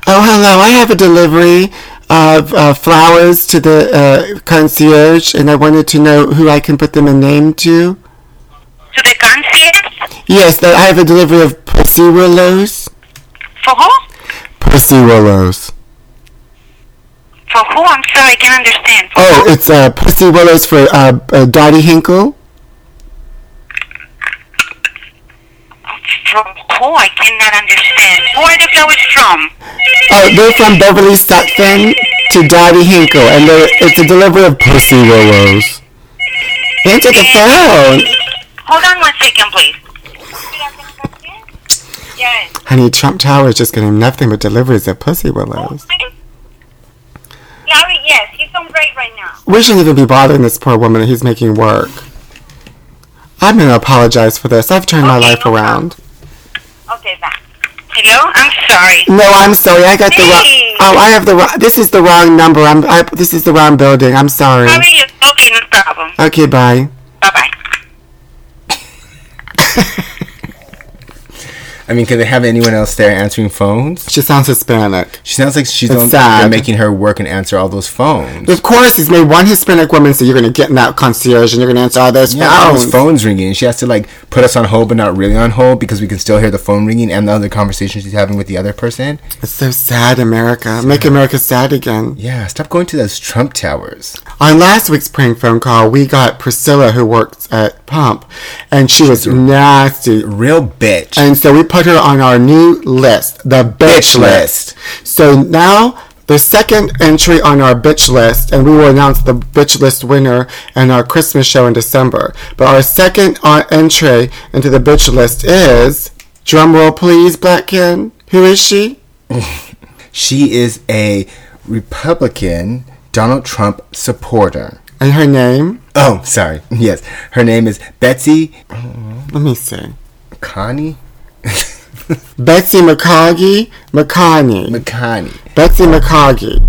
Speaker 1: Oh, hello. I have a delivery of uh, flowers to the uh, concierge, and I wanted to know who I can put them a name to.
Speaker 4: To the concierge?
Speaker 1: Yes, that I have a delivery of pussy willows.
Speaker 4: For who?
Speaker 1: Pussy willows.
Speaker 4: For who? I'm sorry, I can't understand. For
Speaker 1: Oh,
Speaker 4: who?
Speaker 1: it's uh, pussy willows for uh, uh, Dottie Hinkle.
Speaker 4: From who? I cannot understand. Who are the flowers from?
Speaker 1: Uh, they're from Beverly Sutton to Dottie Hinkle, and they're, it's a delivery of pussy willows. Answer the phone.
Speaker 4: Hold on one second, please. Good afternoon, concierge. Yes.
Speaker 1: Honey, Trump Tower is just getting nothing but deliveries of pussy willows.
Speaker 4: Larry, yes, he's on break right now.
Speaker 1: We shouldn't even be bothering this poor woman that he's making work. I'm gonna apologize for this. I've turned my
Speaker 4: Okay,
Speaker 1: life
Speaker 4: no
Speaker 1: around.
Speaker 4: Okay, bye. Hello? I'm sorry.
Speaker 1: No, I'm sorry. I got the wrong.
Speaker 4: Hey.
Speaker 1: Oh, I have the wrong. This is the wrong number. I'm. I, this is the wrong building. I'm sorry.
Speaker 4: How are you? Okay, no problem.
Speaker 1: Okay, bye.
Speaker 4: Bye-bye.
Speaker 2: I mean, can they have anyone else there answering phones?
Speaker 1: She sounds Hispanic.
Speaker 2: She sounds like she's
Speaker 1: It's
Speaker 2: the one
Speaker 1: sad.
Speaker 2: they're making her work and answer all those phones.
Speaker 1: Of course, he's made one Hispanic woman, so you're gonna get in that concierge and you're gonna answer all those
Speaker 2: Yeah, all those
Speaker 1: phones.
Speaker 2: phones ringing. She has to like put us on hold, but not really on hold because we can still hear the phone ringing and the other conversation she's having with the other person.
Speaker 1: It's so sad, America. Make America sad again.
Speaker 2: Yeah, stop going to those Trump towers.
Speaker 1: On last week's prank phone call, we got Priscilla, who works at Pump, and she was nasty.
Speaker 2: Real bitch.
Speaker 1: And so we put her on our new list, the bitch, list.
Speaker 2: Bitch list.
Speaker 1: So now the second entry on our bitch list, and we will announce the bitch list winner in our Christmas show in December. But our second uh, entry into the bitch list is drum roll, please, Black Ken. Who is she?
Speaker 2: she is a Republican Donald Trump supporter.
Speaker 1: And her name?
Speaker 2: Oh, sorry. Yes, her name is Betsy
Speaker 1: Let me see.
Speaker 2: Connie
Speaker 1: Betsy McCoggy McConney.
Speaker 2: McConney.
Speaker 1: Betsy McCoggy.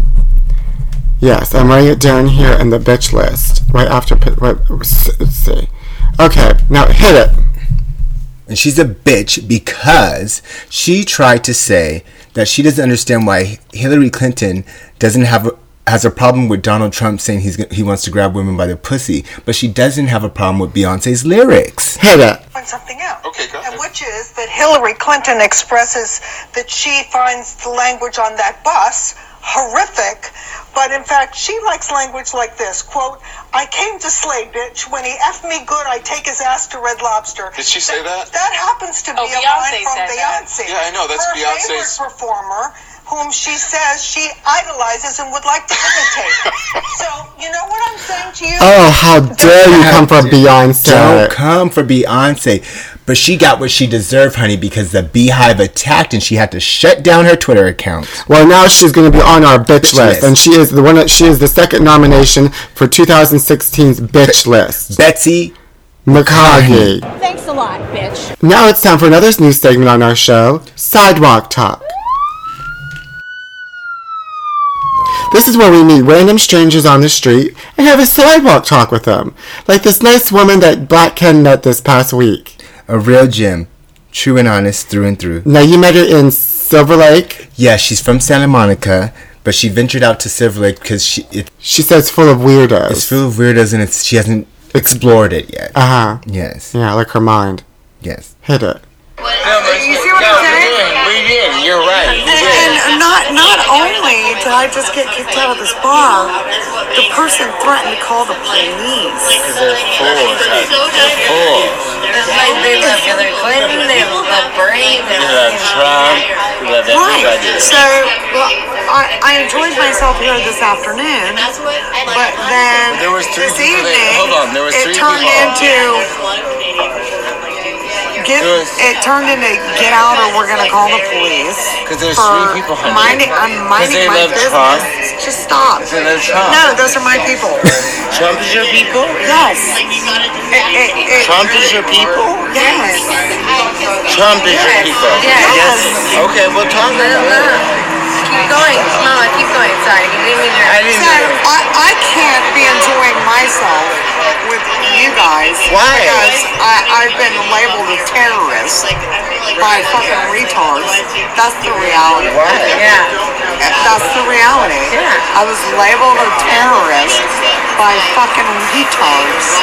Speaker 1: Yes, I'm writing it down here in the bitch list. Right after. pi- Right, let's let's see. Okay, now hit it.
Speaker 2: And she's a bitch because she tried to say that she doesn't understand why Hillary Clinton doesn't have a, has a problem with Donald Trump saying he's gon- he wants to grab women by the pussy, but she doesn't have a problem with Beyonce's lyrics.
Speaker 1: Hit it.
Speaker 5: on something else.
Speaker 6: Okay, go
Speaker 5: And
Speaker 6: ahead.
Speaker 5: which is that Hillary Clinton expresses that she finds the language on that bus horrific, but in fact she likes language like this, quote, I came to slay, bitch. When he F me good, I take his ass to Red Lobster.
Speaker 6: Did she say that?
Speaker 5: That happens to be
Speaker 7: Oh,
Speaker 5: a line
Speaker 7: Beyonce
Speaker 5: from
Speaker 7: said that.
Speaker 5: Beyonce.
Speaker 6: Yeah, I know, that's
Speaker 5: Her
Speaker 6: Beyonce's-
Speaker 5: favorite performer whom she says she idolizes and would like to imitate. so, you know what I'm saying to you?
Speaker 1: Oh, how dare you come for
Speaker 2: Don't
Speaker 1: Beyonce?
Speaker 2: come for Beyonce. But she got what she deserved, honey, because the Beehive attacked and she had to shut down her Twitter account.
Speaker 1: Well, now she's going to be on our bitch, list,
Speaker 2: Bitch list.
Speaker 1: and she is the one. That, she is the second nomination for 2016's bitch list.
Speaker 2: Betsy,
Speaker 1: McCoggy.
Speaker 8: Thanks a lot, bitch.
Speaker 1: Now it's time for another new segment on our show, Sidewalk Talk. This is where we meet random strangers on the street and have a sidewalk talk with them, like this nice woman that Black Ken met this past week.
Speaker 2: a real gem, true and honest through and through.
Speaker 1: Now you met her in Silver Lake.
Speaker 2: Yeah, she's from Santa Monica, but she ventured out to Silver Lake because she it,
Speaker 1: She says full of weirdos.
Speaker 2: it's full of weirdos and it's, she hasn't explored it yet.
Speaker 1: uh huh.
Speaker 2: Yes.
Speaker 1: Yeah, like her mind.
Speaker 2: Yes.
Speaker 1: Hit it.
Speaker 6: You see what I'm saying? Read in. You're right.
Speaker 5: And not not only did I just get kicked out of this bar, the person threatened to call the police.
Speaker 7: They love Hillary Clinton, they love Bernie, they
Speaker 6: You
Speaker 7: love
Speaker 6: love Trump. You love
Speaker 5: Right.
Speaker 6: everybody.
Speaker 5: So well, I, I enjoyed myself here this afternoon, but then
Speaker 6: There was three
Speaker 5: this
Speaker 6: people that-
Speaker 5: evening
Speaker 6: hold on, there was
Speaker 5: it
Speaker 6: three
Speaker 5: turned
Speaker 6: people.
Speaker 5: into get
Speaker 6: There was-
Speaker 5: it turned into get out or we're gonna call the police.
Speaker 6: Because there's
Speaker 5: for
Speaker 6: three people hunting.
Speaker 5: minding, I'm minding
Speaker 6: they
Speaker 5: my
Speaker 6: love
Speaker 5: business.
Speaker 6: Trump.
Speaker 5: Just stop.
Speaker 6: They love Trump.
Speaker 5: No, those are my people.
Speaker 6: Trump is your people?
Speaker 5: Yes. It, it, it,
Speaker 6: Trump is your people?
Speaker 5: yes.
Speaker 6: Trump is your people.
Speaker 5: Yes.
Speaker 6: Okay, well, talk to
Speaker 7: Keep going, Mama, keep going. Sorry, you didn't mean to.
Speaker 6: I didn't
Speaker 5: So
Speaker 6: know.
Speaker 5: I, I can't be enjoying myself with you guys.
Speaker 6: Why?
Speaker 5: Because I, I've been labeled a terrorist by fucking retards. That's the reality.
Speaker 6: Why?
Speaker 7: Yeah,
Speaker 5: That's the reality.
Speaker 7: Yeah.
Speaker 5: I was labeled a terrorist by fucking retards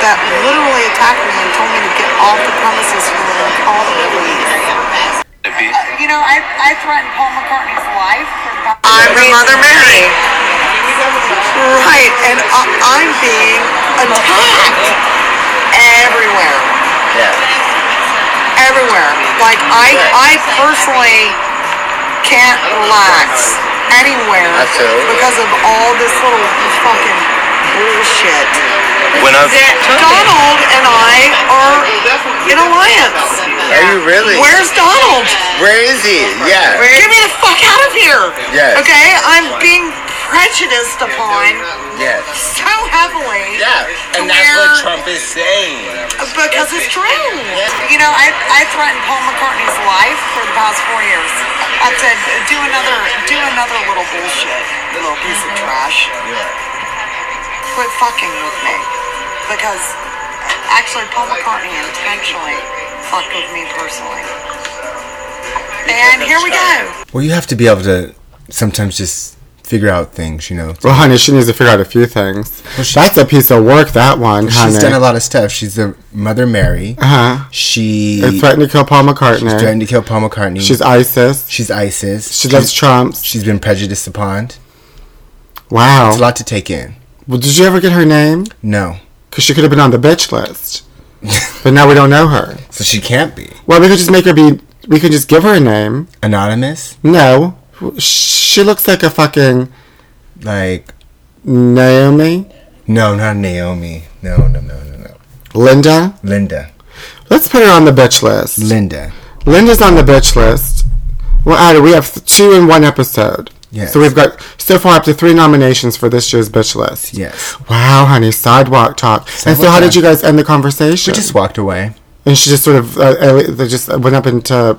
Speaker 5: that literally attacked me and told me to get off the premises and call the police. You know, I, I threatened Paul McCartney's life. I'm the Mother Mary. Right, and I, I'm being attacked everywhere
Speaker 6: Yeah.
Speaker 5: everywhere. Like I, I personally can't relax anywhere
Speaker 6: That's it.
Speaker 5: because of all this little fucking bullshit.
Speaker 6: When I
Speaker 5: Donald and I are in alliance.
Speaker 6: Are you really?
Speaker 5: Where's Donald?
Speaker 6: Where is he? Yeah.
Speaker 5: Get me the fuck out of here.
Speaker 6: Yes.
Speaker 5: Okay, I'm being prejudiced upon
Speaker 6: Yes.
Speaker 5: so heavily.
Speaker 6: Yeah.
Speaker 5: to
Speaker 6: And that's what
Speaker 5: where-
Speaker 6: Trump is saying.
Speaker 5: Because it's true. You know, I, I threatened Paul McCartney's life for the past four years. I've said, do another, do another little bullshit, little piece of trash. Quit fucking with me. Because actually, Paul McCartney intentionally fucked with me personally. And here we go.
Speaker 2: Well, you have to be able to sometimes just figure out things, you know.
Speaker 1: Well, honey, she needs to figure out a few things.
Speaker 2: she-
Speaker 1: That's a piece of work, that one, honey.
Speaker 2: She's done a lot of stuff. She's the Mother Mary.
Speaker 1: Uh-huh.
Speaker 2: She
Speaker 1: They threatened to kill Paul McCartney. She's,
Speaker 2: threatened to kill Paul McCartney.
Speaker 1: ISIS.
Speaker 2: she's ISIS.
Speaker 1: She loves Trumps.
Speaker 2: She's been prejudiced upon. It's a
Speaker 1: Wow.
Speaker 2: lot to take in.
Speaker 1: Well, did you ever get her name?
Speaker 2: No,
Speaker 1: Because she could have been on the bitch list. but now we don't know her.
Speaker 2: so she can't be
Speaker 1: Well, we could just make her be. We could just give her a name.
Speaker 2: anonymous.
Speaker 1: No. She looks like a fucking
Speaker 2: Like
Speaker 1: Naomi.
Speaker 2: no, not Naomi. No, no, no, no, no.
Speaker 1: Linda.
Speaker 2: Linda.
Speaker 1: Let's put her on the bitch list.
Speaker 2: Linda.
Speaker 1: Linda's on the bitch list. Well, Ada, we have two in one episode.
Speaker 2: Yes.
Speaker 1: So we've got so far up to three nominations for this year's bitch list.
Speaker 2: Yes.
Speaker 1: Wow, honey, sidewalk talk. and so,
Speaker 2: Sidewalk
Speaker 1: how did
Speaker 2: talk.
Speaker 1: you guys end the conversation?
Speaker 2: We just walked away.
Speaker 1: and she just sort of uh, uh, they just went up into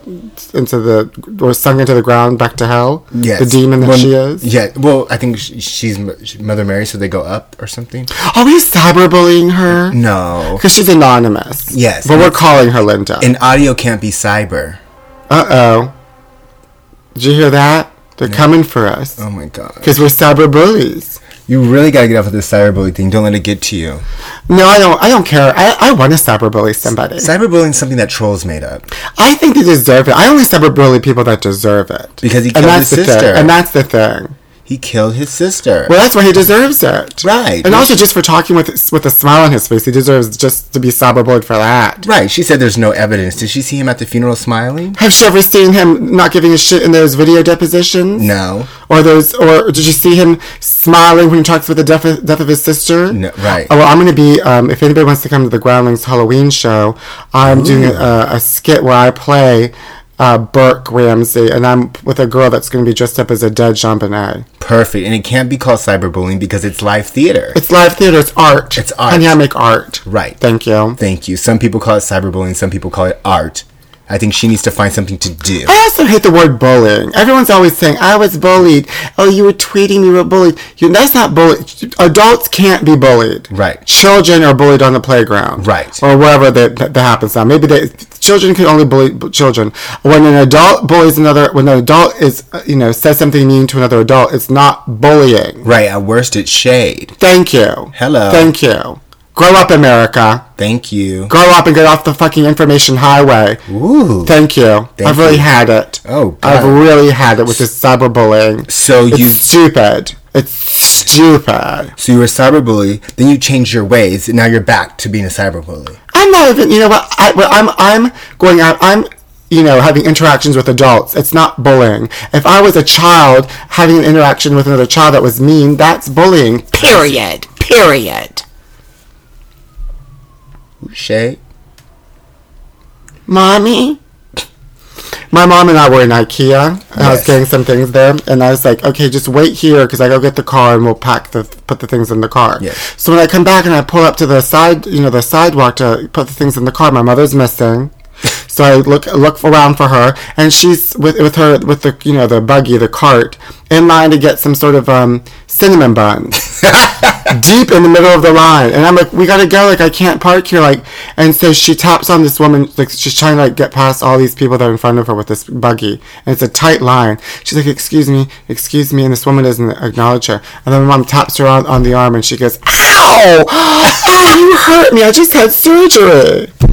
Speaker 1: into the or sunk into the ground back to hell.
Speaker 2: Yes.
Speaker 1: the demon that
Speaker 2: When-
Speaker 1: she is.
Speaker 2: Yeah. Well, I think sh she's M- she- Mother Mary, so they go up or something.
Speaker 1: Are we cyberbullying her?
Speaker 2: No.
Speaker 1: because she's anonymous.
Speaker 2: Yes.
Speaker 1: but we're calling her Linda.
Speaker 2: And audio can't be cyber.
Speaker 1: uh oh, did you hear that? They're coming for us
Speaker 2: Oh my god.
Speaker 1: because we're cyberbullies.
Speaker 2: You really gotta get off of this cyberbullying thing. Don't let it get to you.
Speaker 1: No, I don't. I don't care. I, I want to cyberbully somebody.
Speaker 2: Cyberbullying is something that trolls made up.
Speaker 1: I think they deserve it. I only cyberbully people that deserve it.
Speaker 2: Because he
Speaker 1: and
Speaker 2: killed
Speaker 1: that's
Speaker 2: his
Speaker 1: the
Speaker 2: sister.
Speaker 1: Thing. And that's the thing.
Speaker 2: He killed his sister.
Speaker 1: Well, that's why he deserves it.
Speaker 2: Right.
Speaker 1: And also just for talking with with a smile on his face, he deserves just to be cyberbullied for that.
Speaker 2: Right. She said there's no evidence. Did she see him at the funeral smiling?
Speaker 1: Have you ever seen him not giving a shit in those video depositions?
Speaker 2: No.
Speaker 1: Or those, or did you see him smiling when he talks about the death of, death of his sister?
Speaker 2: No, right.
Speaker 1: Oh, well, I'm going to be, um, if anybody wants to come to the Groundlings Halloween show, I'm doing a, a skit where I play uh, Burke Ramsey, and I'm with a girl that's going to be dressed up as a dead Jean Bonnet.
Speaker 2: Perfect. And it can't be called cyberbullying because it's live theater.
Speaker 1: It's live theater, it's art.
Speaker 2: It's art.
Speaker 1: Honey, I make art.
Speaker 2: Right.
Speaker 1: Thank you.
Speaker 2: Thank you. Some people call it cyberbullying, some people call it art. I think she needs to find something to do.
Speaker 1: I also hate the word bullying. Everyone's always saying, I was bullied. Oh, you were tweeting, you were bullied. You, that's not bullying. Adults can't be bullied.
Speaker 2: Right.
Speaker 1: Children are bullied on the playground.
Speaker 2: Right.
Speaker 1: Or wherever that, that, that happens now. Maybe they, children can only bully b- children. When an adult bullies another, when an adult is, uh, you know, says something mean to another adult, it's not bullying.
Speaker 2: Right. At worst, it's shade.
Speaker 1: Thank you.
Speaker 2: Hello.
Speaker 1: Thank you. Grow up, America.
Speaker 2: Thank you.
Speaker 1: Grow up and get off the fucking information highway.
Speaker 2: Ooh.
Speaker 1: Thank you.
Speaker 2: Thank
Speaker 1: I've really
Speaker 2: you.
Speaker 1: had it.
Speaker 2: Oh, God.
Speaker 1: I've really had it with this cyberbullying.
Speaker 2: So
Speaker 1: It's
Speaker 2: you
Speaker 1: stupid. It's stupid.
Speaker 2: so you were a cyberbully, then you changed your ways, and now you're back to being a cyberbully.
Speaker 1: I'm not even. You know what? I, well, I'm I'm going out. I'm you know having interactions with adults. It's not bullying. If I was a child having an interaction with another child that was mean, that's bullying. Period. Period.
Speaker 2: Shay.
Speaker 1: Mommy. My mom and I were in IKEA, and I was
Speaker 2: Yes.
Speaker 1: getting some things there, and I was like, "Okay, just wait here because I go get the car and we'll pack the put the things in the car."
Speaker 2: Yes.
Speaker 1: So when I come back and I pull up to the side, you know, the sidewalk to put the things in the car, my mother's missing. So I look look around for her, and she's with with her with the you know the buggy, the cart, in line to get some sort of um, cinnamon buns deep in the middle of the line. And I'm like, we gotta go. Like, I can't park here. Like, and so she taps on this woman. Like, she's trying to like get past all these people that are in front of her with this buggy. And it's a tight line. She's like, excuse me, excuse me. And this woman doesn't acknowledge her. And then my mom taps her on, on the arm and she goes, ow! Ow, you hurt me. I just had surgery.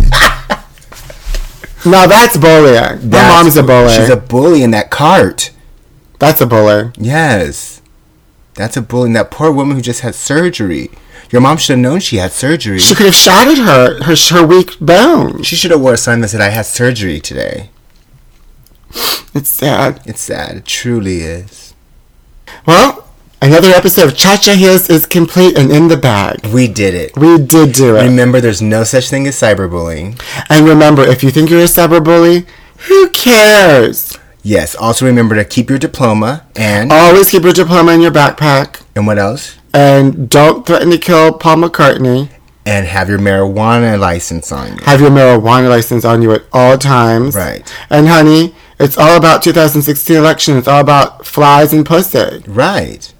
Speaker 1: now that's bullying. My
Speaker 2: That's-
Speaker 1: mom's a bully.
Speaker 2: She's a bully in that cart.
Speaker 1: that's a bully.
Speaker 2: Yes. That's a bully. And that poor woman who just had surgery. Your mom should have known she had surgery.
Speaker 1: She could have shattered her, her, her weak bones.
Speaker 2: She should have wore a sign that said, I had surgery today.
Speaker 1: It's sad.
Speaker 2: It's sad. It truly is.
Speaker 1: Well, another episode of Cha Cha Hills is complete and in the bag.
Speaker 2: We did it.
Speaker 1: We did do it.
Speaker 2: Remember, there's no such thing as cyberbullying.
Speaker 1: And remember, if you think you're a cyberbully, who cares?
Speaker 2: Yes. Also, remember to keep your diploma and
Speaker 1: Always keep your diploma in your backpack
Speaker 2: and what else?
Speaker 1: and don't threaten to kill Paul McCartney.
Speaker 2: And have your marijuana license on you.
Speaker 1: Have your marijuana license on you at all times.
Speaker 2: Right.
Speaker 1: And honey, it's all about 2016 election. It's all about flies and pussy.
Speaker 2: Right.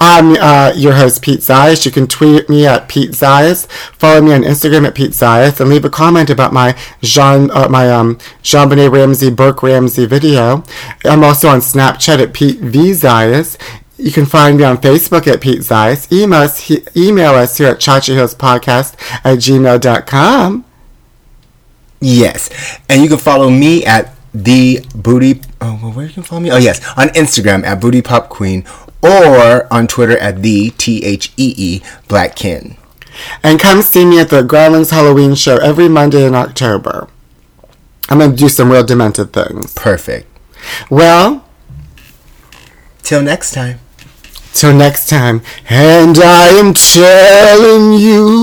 Speaker 1: I'm uh, your host, Pete Zayas. You can tweet me at Pete Zayas, follow me on Instagram at Pete Zayas, and leave a comment about my Jean, uh, my um, Jean Benet Ramsey, Burke Ramsey video. I'm also on Snapchat at Pete V Zayas. You can find me on Facebook at Pete Zayas. Email us, he, email us here at Chachi Hills Podcast at gmail.com.
Speaker 2: Yes. And you can follow me at the booty. Oh, well, where you can follow me? Oh, yes. On Instagram at booty pop queen or on Twitter at the T H E E black kin.
Speaker 1: And come see me at the Gremlins Halloween show every Monday in October. I'm going to do some real demented things.
Speaker 2: Perfect.
Speaker 1: Well,
Speaker 2: Till next time.
Speaker 1: Till next time, and I am telling you,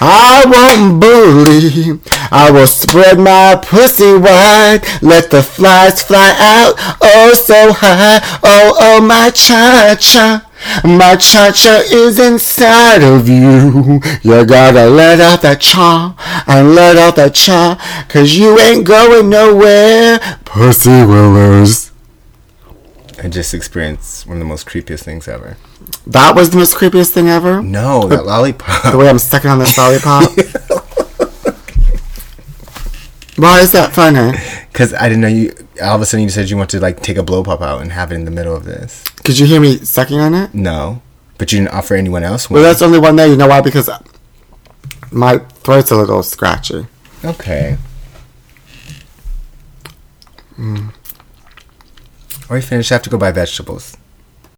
Speaker 1: I won't bully. I will spread my pussy wide, let the flies fly out, oh so high, oh oh my cha cha. My cha cha is inside of you. You gotta let out that cha and let out that cha, cause you ain't going nowhere, pussy willers.
Speaker 2: I just experienced one of the most creepiest things ever.
Speaker 1: That was the most creepiest thing ever.
Speaker 2: No, that
Speaker 1: the
Speaker 2: lollipop.
Speaker 1: way I'm sucking on this lollipop. Why is that funny?
Speaker 2: Because I didn't know you. All of a sudden, you said you want to like take a blow pop out and have it in the middle of this.
Speaker 1: Could you hear me sucking on it?
Speaker 2: No, but you didn't offer anyone else one.
Speaker 1: Well, that's only one there. You know why? Because my throat's a little scratchy.
Speaker 2: okay. Mm. Or you finished. I have to go buy vegetables.